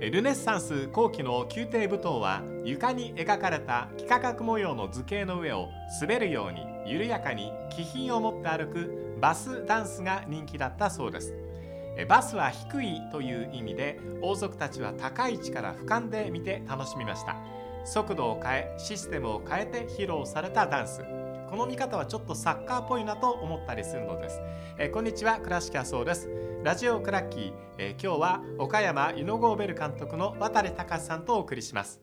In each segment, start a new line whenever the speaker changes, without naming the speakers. えルネッサンス後期の宮廷舞踏は床に描かれた幾何学模様の図形の上を滑るように緩やかに気品を持って歩くバスダンスが人気だったそうですえバスは低いという意味で王族たちは高い位置から俯瞰で見て楽しみました速度を変えシステムを変えて披露されたダンスこの見方はちょっとサッカーっぽいなと思ったりするのですえーこんにちは倉敷麻生ですラジオクラッキー、えー今日は岡山ユノゴーベル監督の渡隆さんとお送りします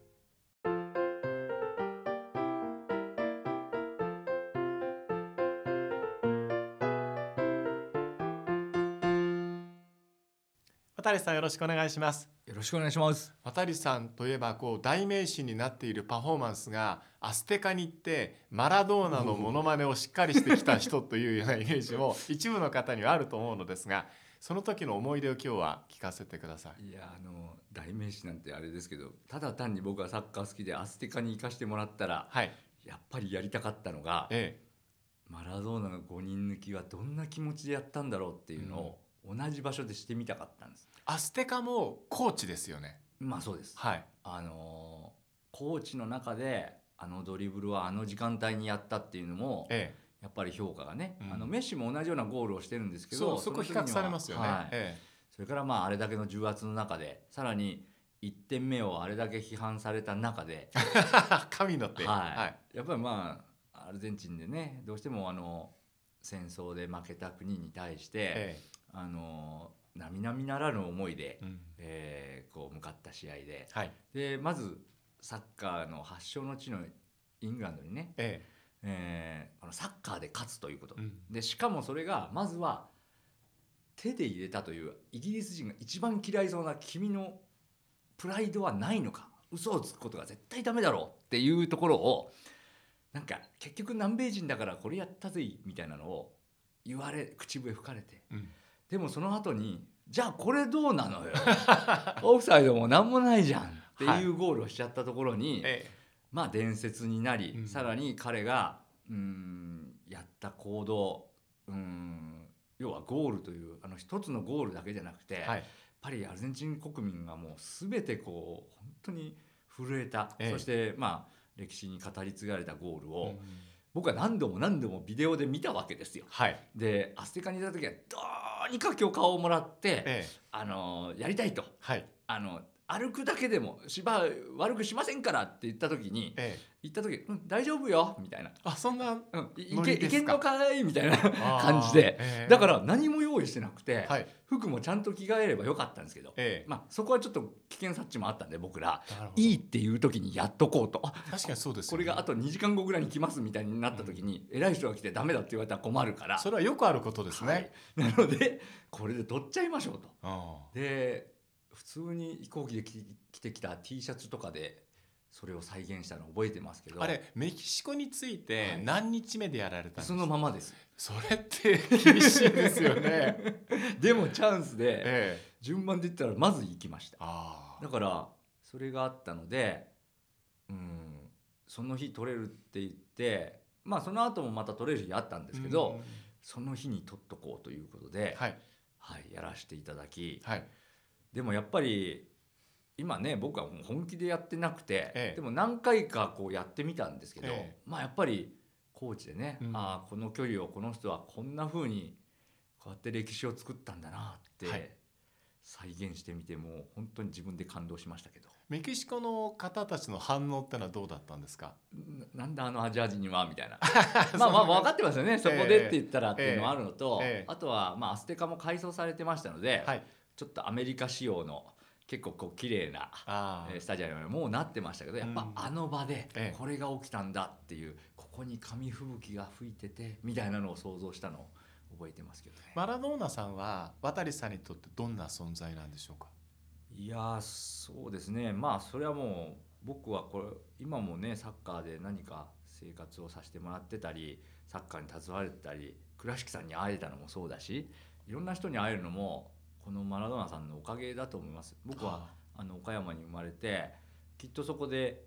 渡さんよろしくお願いします
よろしくお願いします。
渡さんといえばこう代名詞になっているパフォーマンスがアステカに行ってマラドーナのモノマネをしっかりしてきた人というようなイメージも一部の方にはあると思うのですがその時の思い出を今日は聞かせてください。
いやあの代名詞なんてあれですけど、ただ単に僕はサッカー好きでアステカに行かしてもらったら、
はい、
やっぱりやりたかったのが
え
マラドーナの5人抜きはどんな気持ちでやったんだろうっていうのを同じ場所でしてみたかったんです。
え、アステカもコーチですよね。
まあそうです。
はい、
あのーコーチの中であのドリブルはあの時間帯にやったっていうのも
え
やっぱり評価がね、
うん
あのメッシも同じようなゴールをしてるんです
え、
け
そ
ど
うそこ比
の時には
較されますよね。
はい
え
それからまああれだけの重圧の中でさらに1点目をあれだけ批判された中で、
え、神の手、
はいやっぱりまあアルゼンチンでねどうしてもあの戦争で負けた国に対して、
え
あの並々ならぬ思いで、
え、うん、
えーこう向かった試合で
はい、
でまずサッカーの発祥の地のイングランドにね、
え
えーこのサッカーで勝つということ
え、うん、
でしかもそれがまずは手で入れたというイギリス人が一番嫌いそうな君のプライドはないのか嘘をつくことが絶対ダメだろうっていうところをなんか結局南米人だからこれやったぜみたいなのを言われ口笛吹かれて
うん、
でもその後にじゃあこれどうなのよ オフサイドも何もないじゃんっていうゴールをしちゃったところに、
え
まあ伝説になり、
うん
さらに彼がうーんやった行動うーん要はゴールというあの一つのゴールだけじゃなくて、
え、
や
は
っ
い、
ぱりアルゼンチン国民がもう全てこう本当に震えた、
ええ
そしてまあ歴史に語り継がれたゴールを、
うん
僕は何度も何度もビデオで見たわけですよ。
はい、
でアステカにいた時はどうにか許可をもらって、
ええ、
あのやりたいと
はい、
あの歩くだけでも芝悪くしませんからって言った時に、
ええ、
行った時「うん大丈夫よ」みたいな
あそんな
「うん、い
ノ
いけ
リですか
いけんのかい」みたいな
感
感じで、
ええ
だから何も用意してなくて、
はい、
服もちゃんと着替えればよかったんですけど、
え
まあ、そこはちょっと危険察知もあったんで僕ら
え、なるほど
いいっていう時にやっとこうとあ
確かにそうです
こ
よ
れ
ね、
があと2時間後ぐらいに来ますみたいになった時に、偉い人が来てダメだって言われたら困るから
それはよくあることです
は
ね
い。 なのでこれで取っちゃいましょうと。
うん
で普通に飛行機で着着てきた T シャツとかでそれを再現したの覚えてますけど
あれメキシコについ
は
て
い
何日目でやられたんです
そ
か
のままです。
それって厳しいですよ ね。
でもチャンスで
ええ、
順番で言ったらまず行きました
あ
だからそれがあったのでうんその日取れるって言ってまあその後もまた取れる日あったん
あ
ですけど、その日に取っとこうということで、はい
はい
やらせていただき
はい
でもやっぱり今ね僕はもう本気でやってなくて、
ええ
でも何回かこうやってみたんですけど、
ええ
まあやっぱりコーチでね、
うん
ああこの距離をこの人はこんな風にこうやって歴史を作ったんだなって、
はい
再現してみてもう本当に自分で感動しましたけど
メキシコの方たちの反応ってのはどうだったんですか。
ななんであのアジア人にはみた いなまあまあ分かってますよねそこでって言ったらっていうのはあるのと、
ええええ
あとはまあアステカも改装されてましたので、
はい
ちょっとアメリカ仕様の結構こう綺麗な
ああ
えースタジアムにもうなってましたけどやっ
う
ぱ
ん
あの場で
ええ
これが起きたんだっていうここに紙吹雪が吹いててみたいなのを想像したのを覚えてますけどね。
マラドーナさんは渡さんにとってどんな存在なんでしょうか。
いやーそうですねまあそれはもう僕はこれ今もねサッカーで何か生活をさせてもらってたりサッカーに携われてたり倉敷さんに会えたのもそうだしいろんな人に会えるのもこのマラドーナさんのおかげだと思います。僕はあの岡山に生まれてきっとそこで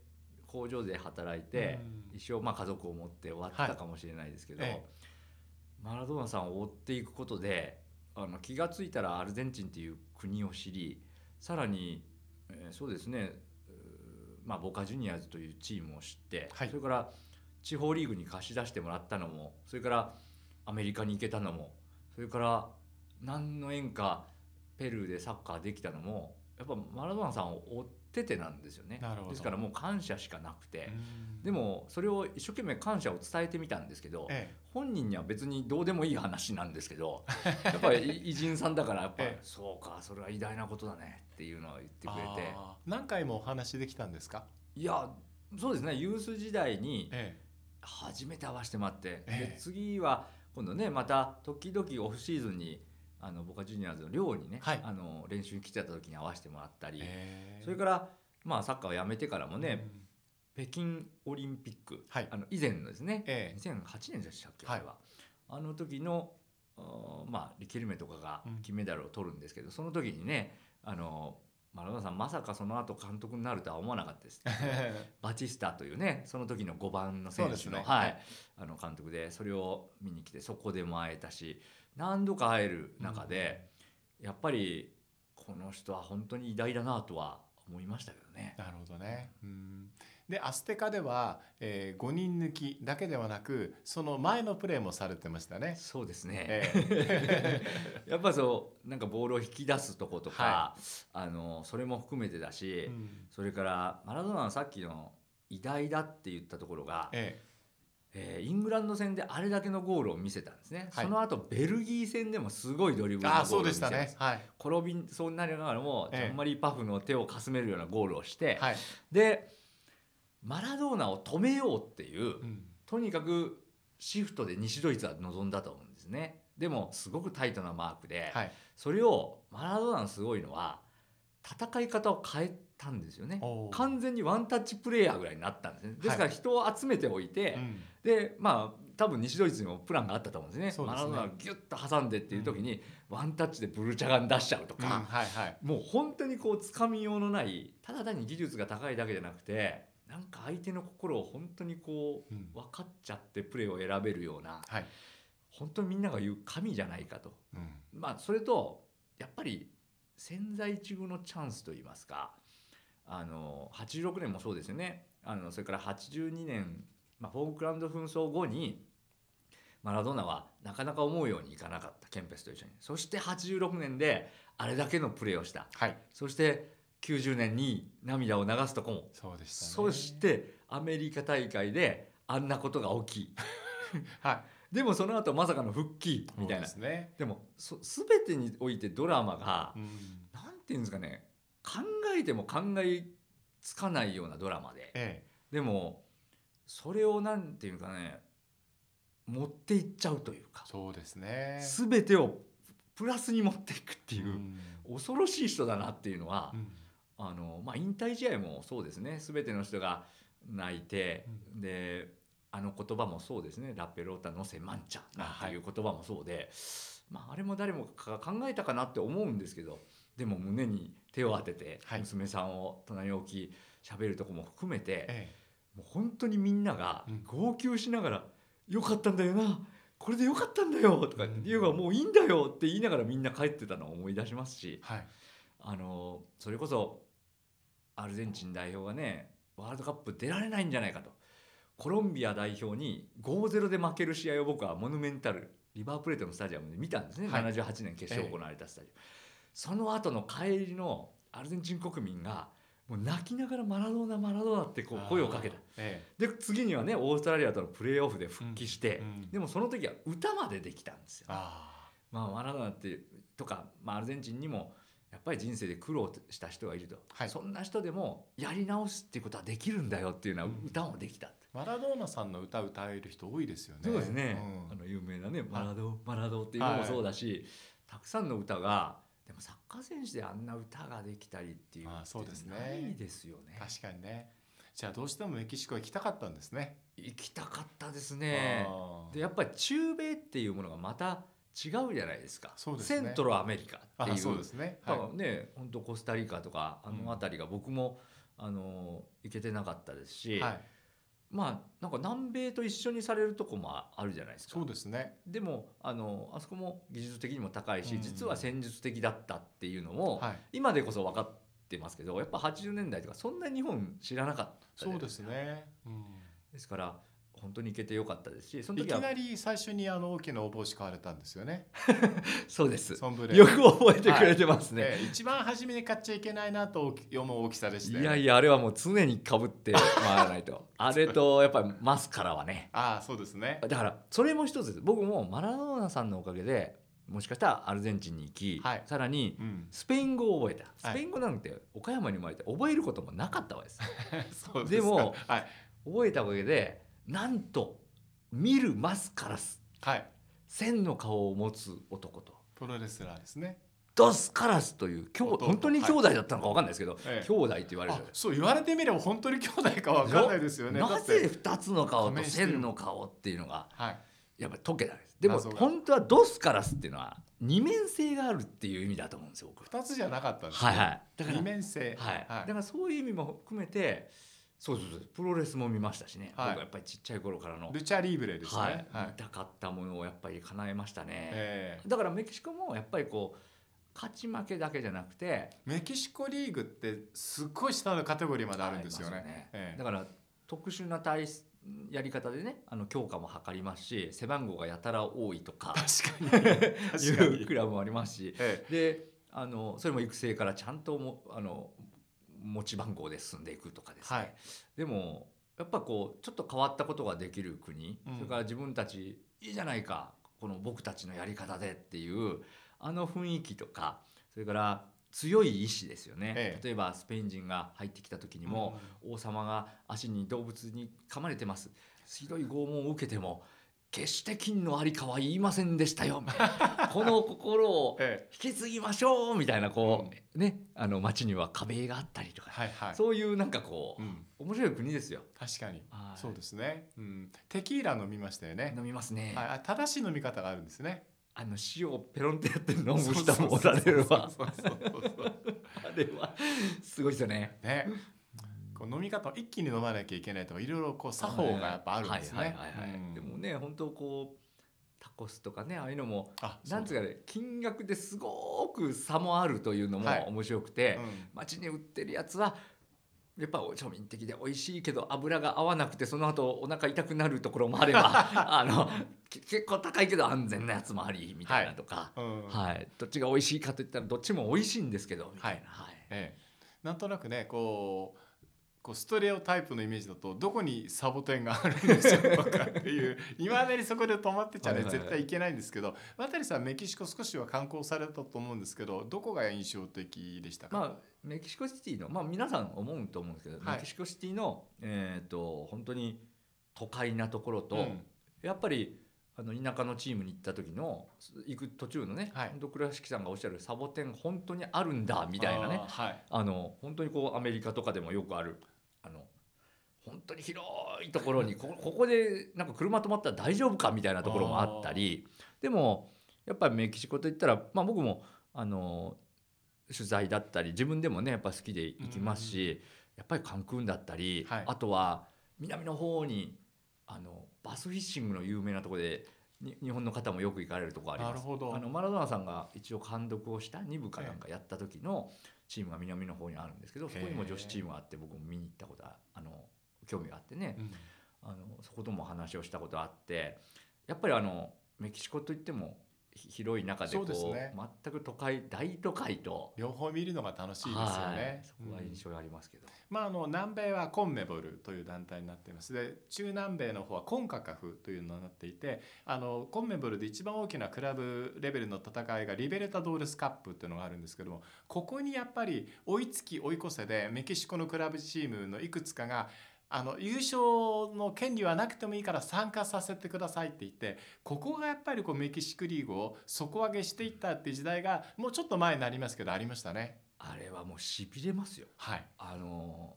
工場で働いて、
うん
一生まあ家族を持って終わっ
は
た
い
かもしれないですけど、
ええ
マラドーナさんを追っていくことであの気が付いたらアルゼンチンっていう国を知りさらにえーそうですね、うーまあ、ボカジュニアーズというチームを知って、
はい
それから地方リーグに貸し出してもらったのもそれからアメリカに行けたのもそれから何の縁かペルーでサッカーできたのもやっぱマラドーナさんを追っててなんですよね
なるほど
ですからもう感謝しかなくて、で
も、
もそれを一生懸命感謝を伝えてみたんですけど、
え
本人には別にどうでもいい話なんです けどやっぱり偉人さんだからやっぱ、
ええ
そうかそれは偉大なことだねっていうのは言って
え
くれて
あー何回もお話できたんですか、
いやそうですねユース時代に
え
初めて会わせてもらって、
ええ
で次は今度ねまた時々オフシーズンにあのボカジュニアーズの寮にね、
はい
あの練習に来てた時に会わせてもらったり、
え
それから、まあ、サッカーをやめてからもね、
うん
北京オリンピック、
はい
あの以前のですね、
ええ
2008年でしたっけ、
はい
あれはあの時のあーまあリケルメとかが
うん
金メダルを取るんですけど、その時にねあのマラドーナさんまさかその後監督になるとは思わなかっ たです。バチスタというねその時の5番の選
そ
手
う
の、
ですね
は、
はい
あの監督でそれを見に来てそこでも会えたし何度か会える 中で、やっぱりこの人は本当に偉大だなとは思いましたけどね。
なるほどね。うんでアステカでは、え5人抜きだけではなくその前のプレーもされてましたね。
そうですね、
ええ
やっぱそうなんかボールを引き出すとことか、
は
あのそれも含めてだし、
うん
それからマラドーナのさっきの偉大だって言ったところが、
え
えーイングランド戦であれだけのゴールを見せたんですね、
はい
その後ベルギー戦でもすごいドリブ
え
ルのゴ
ああ
ール
そ
を
うで
見
し
せた
た
んで
ね
す。
はい、
転びそうになりながらもジ
ええ
ョンマリー・パフの手をかすめるようなゴールをして、
はい
でマラドーナを止めようっていう
うん
とにかくシフトで西ドイツは望んだと思うんですねでもすごくタイトなマークで、
はい、
それをマラドーナのすごいのは戦い方を変えたんですよね
おー
完全にワンタッチプレーヤーぐらいになったんですねですから人を集めておいて、
うん
でまあ多分西ドイツにもプランがあったと思うんですね
そうで
マ
す
ラ
ね
ドーナをギュッと挟んでっていう時に、ワンタッチでブルーチャガン出しちゃうと
うん
か、
はいはい、
もう本当にこうつかみようのないただ単に技術が高いだけじゃなくてなんか相手の心を本当にこう
うん
分かっちゃってプレーを選べるような
はい
本当にみんなが言う神じゃないかと、
うん
まあ、それとやっぱり千載一遇のチャンスといいますかあの86年もそうですよねあのそれから82年、まあ、フォークランド紛争後にマラドーナはなかなか思うようにいかなかったケンペスと一緒にそして86年であれだけのプレーをした
はい
そして90年に涙を流すとこも、
そうでしたね。
そしてアメリカ大会であんなことが起き
は
でもその後まさかの復帰
い
みたいな
そうですね。
でもそ全てにおいてドラマが
うん
なんていうんですかね考えても考えつかないようなドラマで
え
でもそれをなんていうかね持っていっちゃうというか
えそうですね。
全てをプラスに持っていくっていううん恐ろしい人だなっていうのは
うん
あのまあ、引退試合もそうですね全ての人が泣いて、であの言葉もそうですねラッペロータのセマンチャなんていう言葉もそうで、まあ、あれも誰もが考えたかなって思うんですけどでも胸に手を当てて
はい
娘さんを隣に置き喋るとこも含めて、
え
もう本当にみんなが
うん
号泣しながら「よかったんだよなこれでよかったんだよ」とか
うん
「言うがもういいんだよ」って言いながらみんな帰ってたのを思い出しますし
え。はい
あのそれこそアルゼンチン代表がねワールドカップ出られないんじゃないかとコロンビア代表に5-0で負ける試合を僕はモヌメンタルリバープレートのスタジアムで見たんですね、
はい
78年決勝行われたスタジアム、その後の帰りのアルゼンチン国民がもう泣きながらマラドーナマラドーナってこう声をかけた
あーえ
で次にはねオーストラリアとのプレーオフで復帰して、
えうん
でもその時は歌までできたんですよ
あ
まあ、マラドーナってとか、まあ、アルゼンチンにもやっぱり人生で苦労した人がいると、
はい
そんな人でもやり直すっていうことはできるんだよっていうのは
うん
歌もできたって、
ーマラドーナさんの歌歌える人多いですよね。
そうですね、
ん
あの有名なね「マラドーマラドー」っていうのもそうだし、たくさんの歌がでもサッカー選手であんな歌ができたりっていう
ああそうですね
ないですよね
確かにねじゃあどうしてもメキシコ行きたかったんですね。
行きたかったですね
あー
でやっぱり中米っていうものがまた違うじゃないですか
そうですね
セントロアメリカってい
あ
う
そうですね。
だ
はい
からね、本当コスタリカとかあ
うん
の辺りが僕も、あの行けてなかったですし、
はい、
まあなんか南米と一緒にされるとこもああるじゃないですか
そうですね。
でもあのあそこも技術的にも高いし、
うん
実は戦術的だったっていうのも、
はい。
今でこそ分かってってますけどやっぱ80年代とかそんな日本知らなかったじゃ
そ
な
う
い
です
か
ね、うん、
ですから本当に行けてよかったですしその
いき
時は
なり最初にあの大きなお帽子買われたんですよね
そうです
ソンブレ
よく覚えてくれてますね、
ええ一番初めに買っちゃいけないなと思う大きさでしたよ
いや
ね
いやあれはもう常にかぶ って回らないとあれとやっぱりマスカラはね
ああそうですね
だからそれも一つです僕もマラドーナさんのおかげでもしかしたらアルゼンチンに行き、
はい
さらに
うん、
スペイン語を覚えた
はい
スペイン語なんて岡山に生まれて覚えることもなかったわけです
そうですか
でも
はい、
覚えたおかげでなんと見るマスカラス
はい、
千の顔を持つ男と
プロレスラーですね、
ドスカラスという兄弟
弟
本当に兄弟だったのか分かんないですけど、
ええ
兄弟って言われる
あそう言われてみれば本当に兄弟かわかんないですよねだ
な
って
ぜ2つの顔
仮
と
面してる
千の顔っていうのが
はい
やっぱり解けないですでも
謎が
本当はドスカラスっていうのは二面性があるっていう意味だと思うんですよ僕
二つじゃなかったんですね
はいはいだから
二面性
はい、
は
だからそういう意味も含めてそうそうそうプロレスも見ましたしね、
はい
僕はやっぱりちっちゃい頃からの、
ルチャリーブレですね
は
はいい、
見たかったものをやっぱり叶えましたね、
ええ
だからメキシコもやっぱりこう勝ち負けだけじゃなくて
メキシコリーグってすっごい下のカテゴリーまであるんですよね
ありますよね
ええ
だから特殊な体質やり方でねあの強化も図りますし背番号がやたら多いとか
確かに
い
確か
う
に
クラブもありますし
え
であのそれも育成からちゃんともあの持ち番号で進んでいくとかですね、
はい
でもやっぱこうちょっと変わったことができる国、
うん
それから自分たちいいじゃないかこの僕たちのやり方でっていうあの雰囲気とかそれから強い意志ですよね、
ええ
例えばスペイン人が入ってきた時
え
にも、王様が足に動物に噛まれてますひどい拷問を受けても決して金のありかは言いませんでし たよみたいなこの心を
ええ
引き継ぎましょうみたいなこう、ねあの街には壁があったりとか、
はいはい
そういうなんかこう、
うん
面白い国ですよ。
確かに
はい
そうですね、うん、テキーラ飲みましたよね
飲みますね、
はいあ正しい飲み方があるんですね
あの塩をペロンってやって飲む人もおられるわ
そうそうそうそうそう
あれはすごいですよね。
ね、こう飲み方を一気に飲まなきゃいけないとかいろいろこう作法がやっぱあるんです
はい
ね
はいはいはい
うん
でもね本当こうタコスとかねああいうのも
あそう
なんつうかね金額ですごく差もあるというのも
はい
面白くて、
うん
街に売ってるやつはやっぱ庶民的で美味しいけど油が合わなくてその後お腹痛くなるところもあれば あのけ結構高いけど安全なやつもありみたいなとか、
うん
はいどっちが美味しいかといったらどっちも美味しいんですけどみたいな、
ええ、なんとなくねこうこうストレオタイプのイメージだとどこにサボテンがあるんでしょうとかっていう 今まにそこで止まってちゃね
はいはいはい
絶対いけないんですけど渡さんメキシコ少しは観光されたと思うんですけどどこが印象的でしたか、
まあメキシコシティの、まあ、皆さん思うと思うんですけど、
はい
メキシコシティの、えー、と本当に都会なところと、
うん
やっぱりあの田舎のチームに行った時のす行く途中のね、
はい
本当倉敷さんがおっしゃるサボテン本当にあるんだみたいなね
あーはい
あの本当にこうアメリカとかでもよくあるあの本当に広いところにこここでなんか車止まったら大丈夫かみたいなところもあったりでもやっぱりメキシコといったら、まあ、僕もあの取材だったり自分でもねやっぱ好きで行きますし、やっぱりカンクンだったり、
はい
あとは南の方にあのバスフィッシングの有名なところでに日本の方もよく行かれるところあります
なるほど
あのマラドーナさんが一応監督をした2部かなんかやった時のチームが南の方にあるんですけどそこにも女子チームがあって僕も見に行ったことああの興味があってね、
うん
あのそことも話をしたことあってやっぱりあのメキシコといってもひ広い中で
そう
こ
です
う
ね
全く都会大都会と
両方見るのが楽しいですよ
はい
ね。
そこが
うん
印象がありますけど、
まあ、あの南米はコンメボルという団体になっていますで中南米の方はコンカカフというのになっていてあのコンメボルで一番大きなクラブレベルの戦いがリベルタドールスカップというのがあるんですけどもここにやっぱり追いつき追い越せでメキシコのクラブチームのいくつかがあの優勝の権利はなくてもいいから参加させてくださいって言ってここがやっぱりこうメキシコリーグを底上げしていったっていう時代がもうちょっと前になりますけどありましたね。
あれはもうしびれますよ。
はい、
あの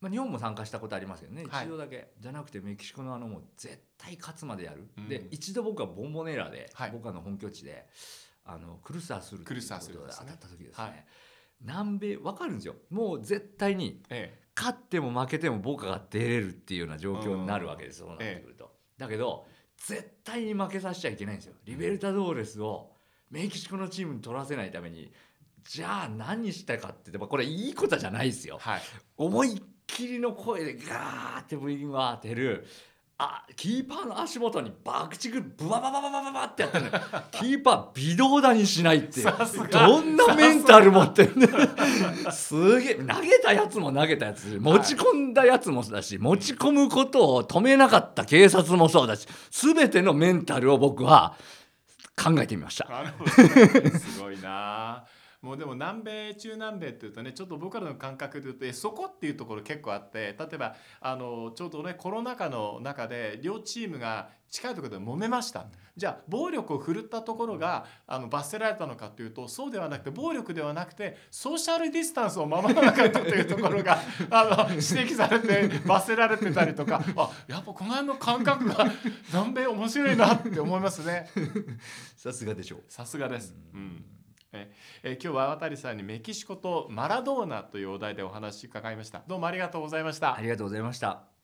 まあ、日本も参加したことありますけどね、
はい
一度だけじゃなくてメキシコのあのもう絶対勝つまでやる、
うん
で一度僕はボンボネーラで、
はい
僕らの本拠地であのクルサーする
クルサーする
ということで
ですね
当たった時ですね、
はい
南米わかるんですよもう絶対に
ええ
勝っても負けても僕らが出れるっていうような状況になるわけです、そうなってくると、だけど絶対に負けさせちゃいけないんですよリベルタドーレスをメキシコのチームに取らせないためにじゃあ何したかって言ってもこれいいことじゃないですよ
はい
思いっきりの声でガーって部員は当てるあキーパーの足元に爆竹ブワババババババってや ってるキーパー微動だにしないっていう
さすが
どんなメンタル持ってるねすげえ投げたやつも投げたやつ持ち込んだやつもだし、持ち込むことを止めなかった警察もそうだし全てのメンタルを僕は考えてみました。
なるほどねすごいなもうでも南米中南米っていうとねちょっと僕らの感覚で言うとえそこっていうところ結構あって例えばあのちょうどねコロナ禍の中で両チームが近いところで揉めましたじゃあ暴力を振るったところがあの罰せられたのかというとそうではなくて暴力ではなくてソーシャルディスタンスを守らなかったというところが あの指摘されて罰せられてたりとかあやっぱこの辺の感覚が南米面白いなって思いますね。
さすがでしょう。
さすがです、うんえー今日は渡さんにメキシコとマラドーナというお題でお話伺いましたどうもありがとうございました
ありがとうございました。